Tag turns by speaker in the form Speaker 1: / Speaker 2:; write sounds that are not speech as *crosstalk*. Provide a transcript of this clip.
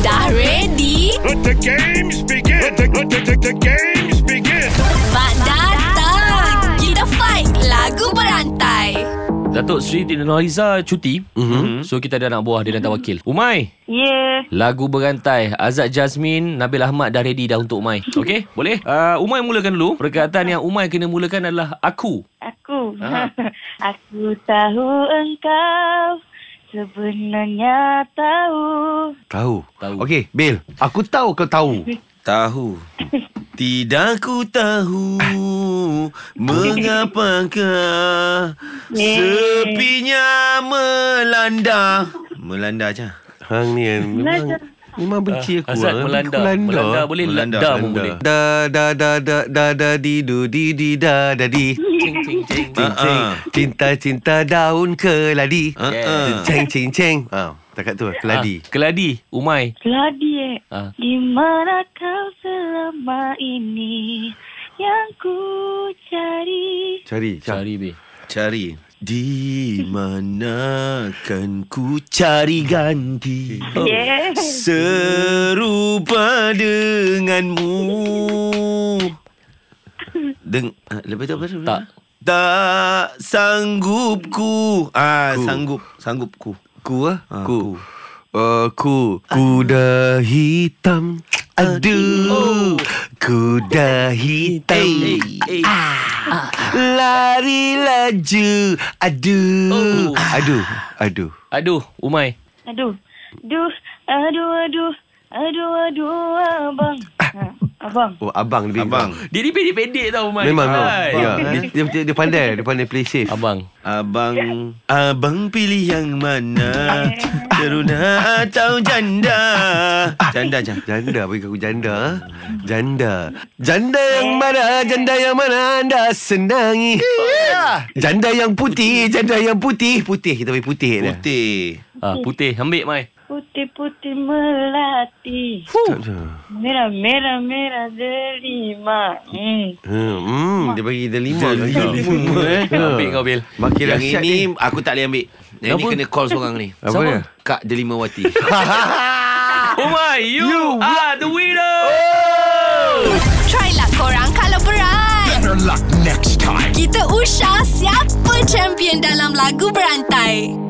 Speaker 1: Dah ready?
Speaker 2: Let the games begin. Let the, let the, the, the games begin.
Speaker 1: Mak datang! Kita fight lagu berantai.
Speaker 3: Datuk Sri Dina Noriza cuti mm-hmm. So kita ada anak buah Dia datang wakil Umai
Speaker 4: Yeah.
Speaker 3: Lagu berantai Azad Jasmine Nabil Ahmad dah ready dah untuk Umai Okey boleh uh, Umai mulakan dulu Perkataan yang Umai kena mulakan adalah Aku
Speaker 4: Aku.
Speaker 3: Ah.
Speaker 4: *laughs* aku tahu engkau sebenarnya tahu.
Speaker 5: Tahu.
Speaker 3: Tahu.
Speaker 5: Okey, Bil. Aku tahu kau tahu.
Speaker 6: Tahu Tidak ku tahu Mengapakah Sepinya melanda Melanda je
Speaker 5: Hang ni kan, memang
Speaker 4: Melanda.
Speaker 5: memang benci aku.
Speaker 3: Azad
Speaker 5: hang.
Speaker 3: melanda.
Speaker 5: Aku
Speaker 3: melanda Melanda boleh
Speaker 6: Melanda,
Speaker 3: Melanda, melanda pun
Speaker 6: melanda.
Speaker 3: boleh
Speaker 5: Da da da da da da di du di di da da di.
Speaker 3: Cing cing cing
Speaker 5: *laughs* Cing cing.
Speaker 6: Ah, ah.
Speaker 5: Cinta cinta daun keladi.
Speaker 6: Ah, ah.
Speaker 5: Ceng cing ceng. Ah, takat tu keladi.
Speaker 3: Ah, Keladi Umai
Speaker 4: Claudia,
Speaker 3: Ah.
Speaker 4: di mana kau selama ini yang ku cari?
Speaker 5: Cari, cari.
Speaker 3: Cari be
Speaker 6: Cari Di mana kan ku cari ganti
Speaker 4: Oh. Yeah.
Speaker 6: Serupa denganmu Deng ah, Lepas tu apa tu?
Speaker 3: Tak.
Speaker 6: Tak sanggup ku Ah
Speaker 5: Ku.
Speaker 6: sanggup Sanggup ku
Speaker 5: Ku ah,
Speaker 6: Ah,
Speaker 5: ku. Uh, ku kuda hitam. Aduh, kuda hitam.
Speaker 6: hey.
Speaker 5: Lari laju Aduh
Speaker 3: Oh.
Speaker 5: Aduh Aduh
Speaker 3: Aduh Umai
Speaker 4: Aduh. Duh, aduh, aduh. Aduh, aduh, abang. Ah, abang.
Speaker 5: Oh abang lebih
Speaker 6: Abang
Speaker 3: Dia ni pendek-pendek tau Umai
Speaker 5: Memang tau
Speaker 3: Hai.
Speaker 5: ya. dia, dia, dia, dia pandai Dia pandai play safe
Speaker 3: Abang
Speaker 6: Abang Abang pilih yang mana Teruna atau janda Janda je
Speaker 5: Janda Bagi aku janda ah. Janda Janda yang mana Janda yang mana Anda senangi Janda yang putih Janda yang putih Putih kita bagi putih dia.
Speaker 6: Putih
Speaker 3: ah, Putih ambil Mai
Speaker 4: Putih-putih melati. Merah, merah, merah delima. Hmm.
Speaker 5: Hmm, hmm, Dia bagi delima
Speaker 6: Delima, eh.
Speaker 3: Ambil kau Bil
Speaker 5: Makin
Speaker 6: Yang
Speaker 5: dahsyat
Speaker 6: ini
Speaker 5: ni.
Speaker 6: aku tak boleh ambil Yang ini
Speaker 3: Kenapa?
Speaker 6: kena call seorang ni
Speaker 5: Apa dia?
Speaker 6: Kak Delimawati
Speaker 3: Umai You, you are the winner
Speaker 1: Try lah korang kalau berat.
Speaker 2: Better luck next time.
Speaker 1: Kita usah siapa champion dalam lagu berantai.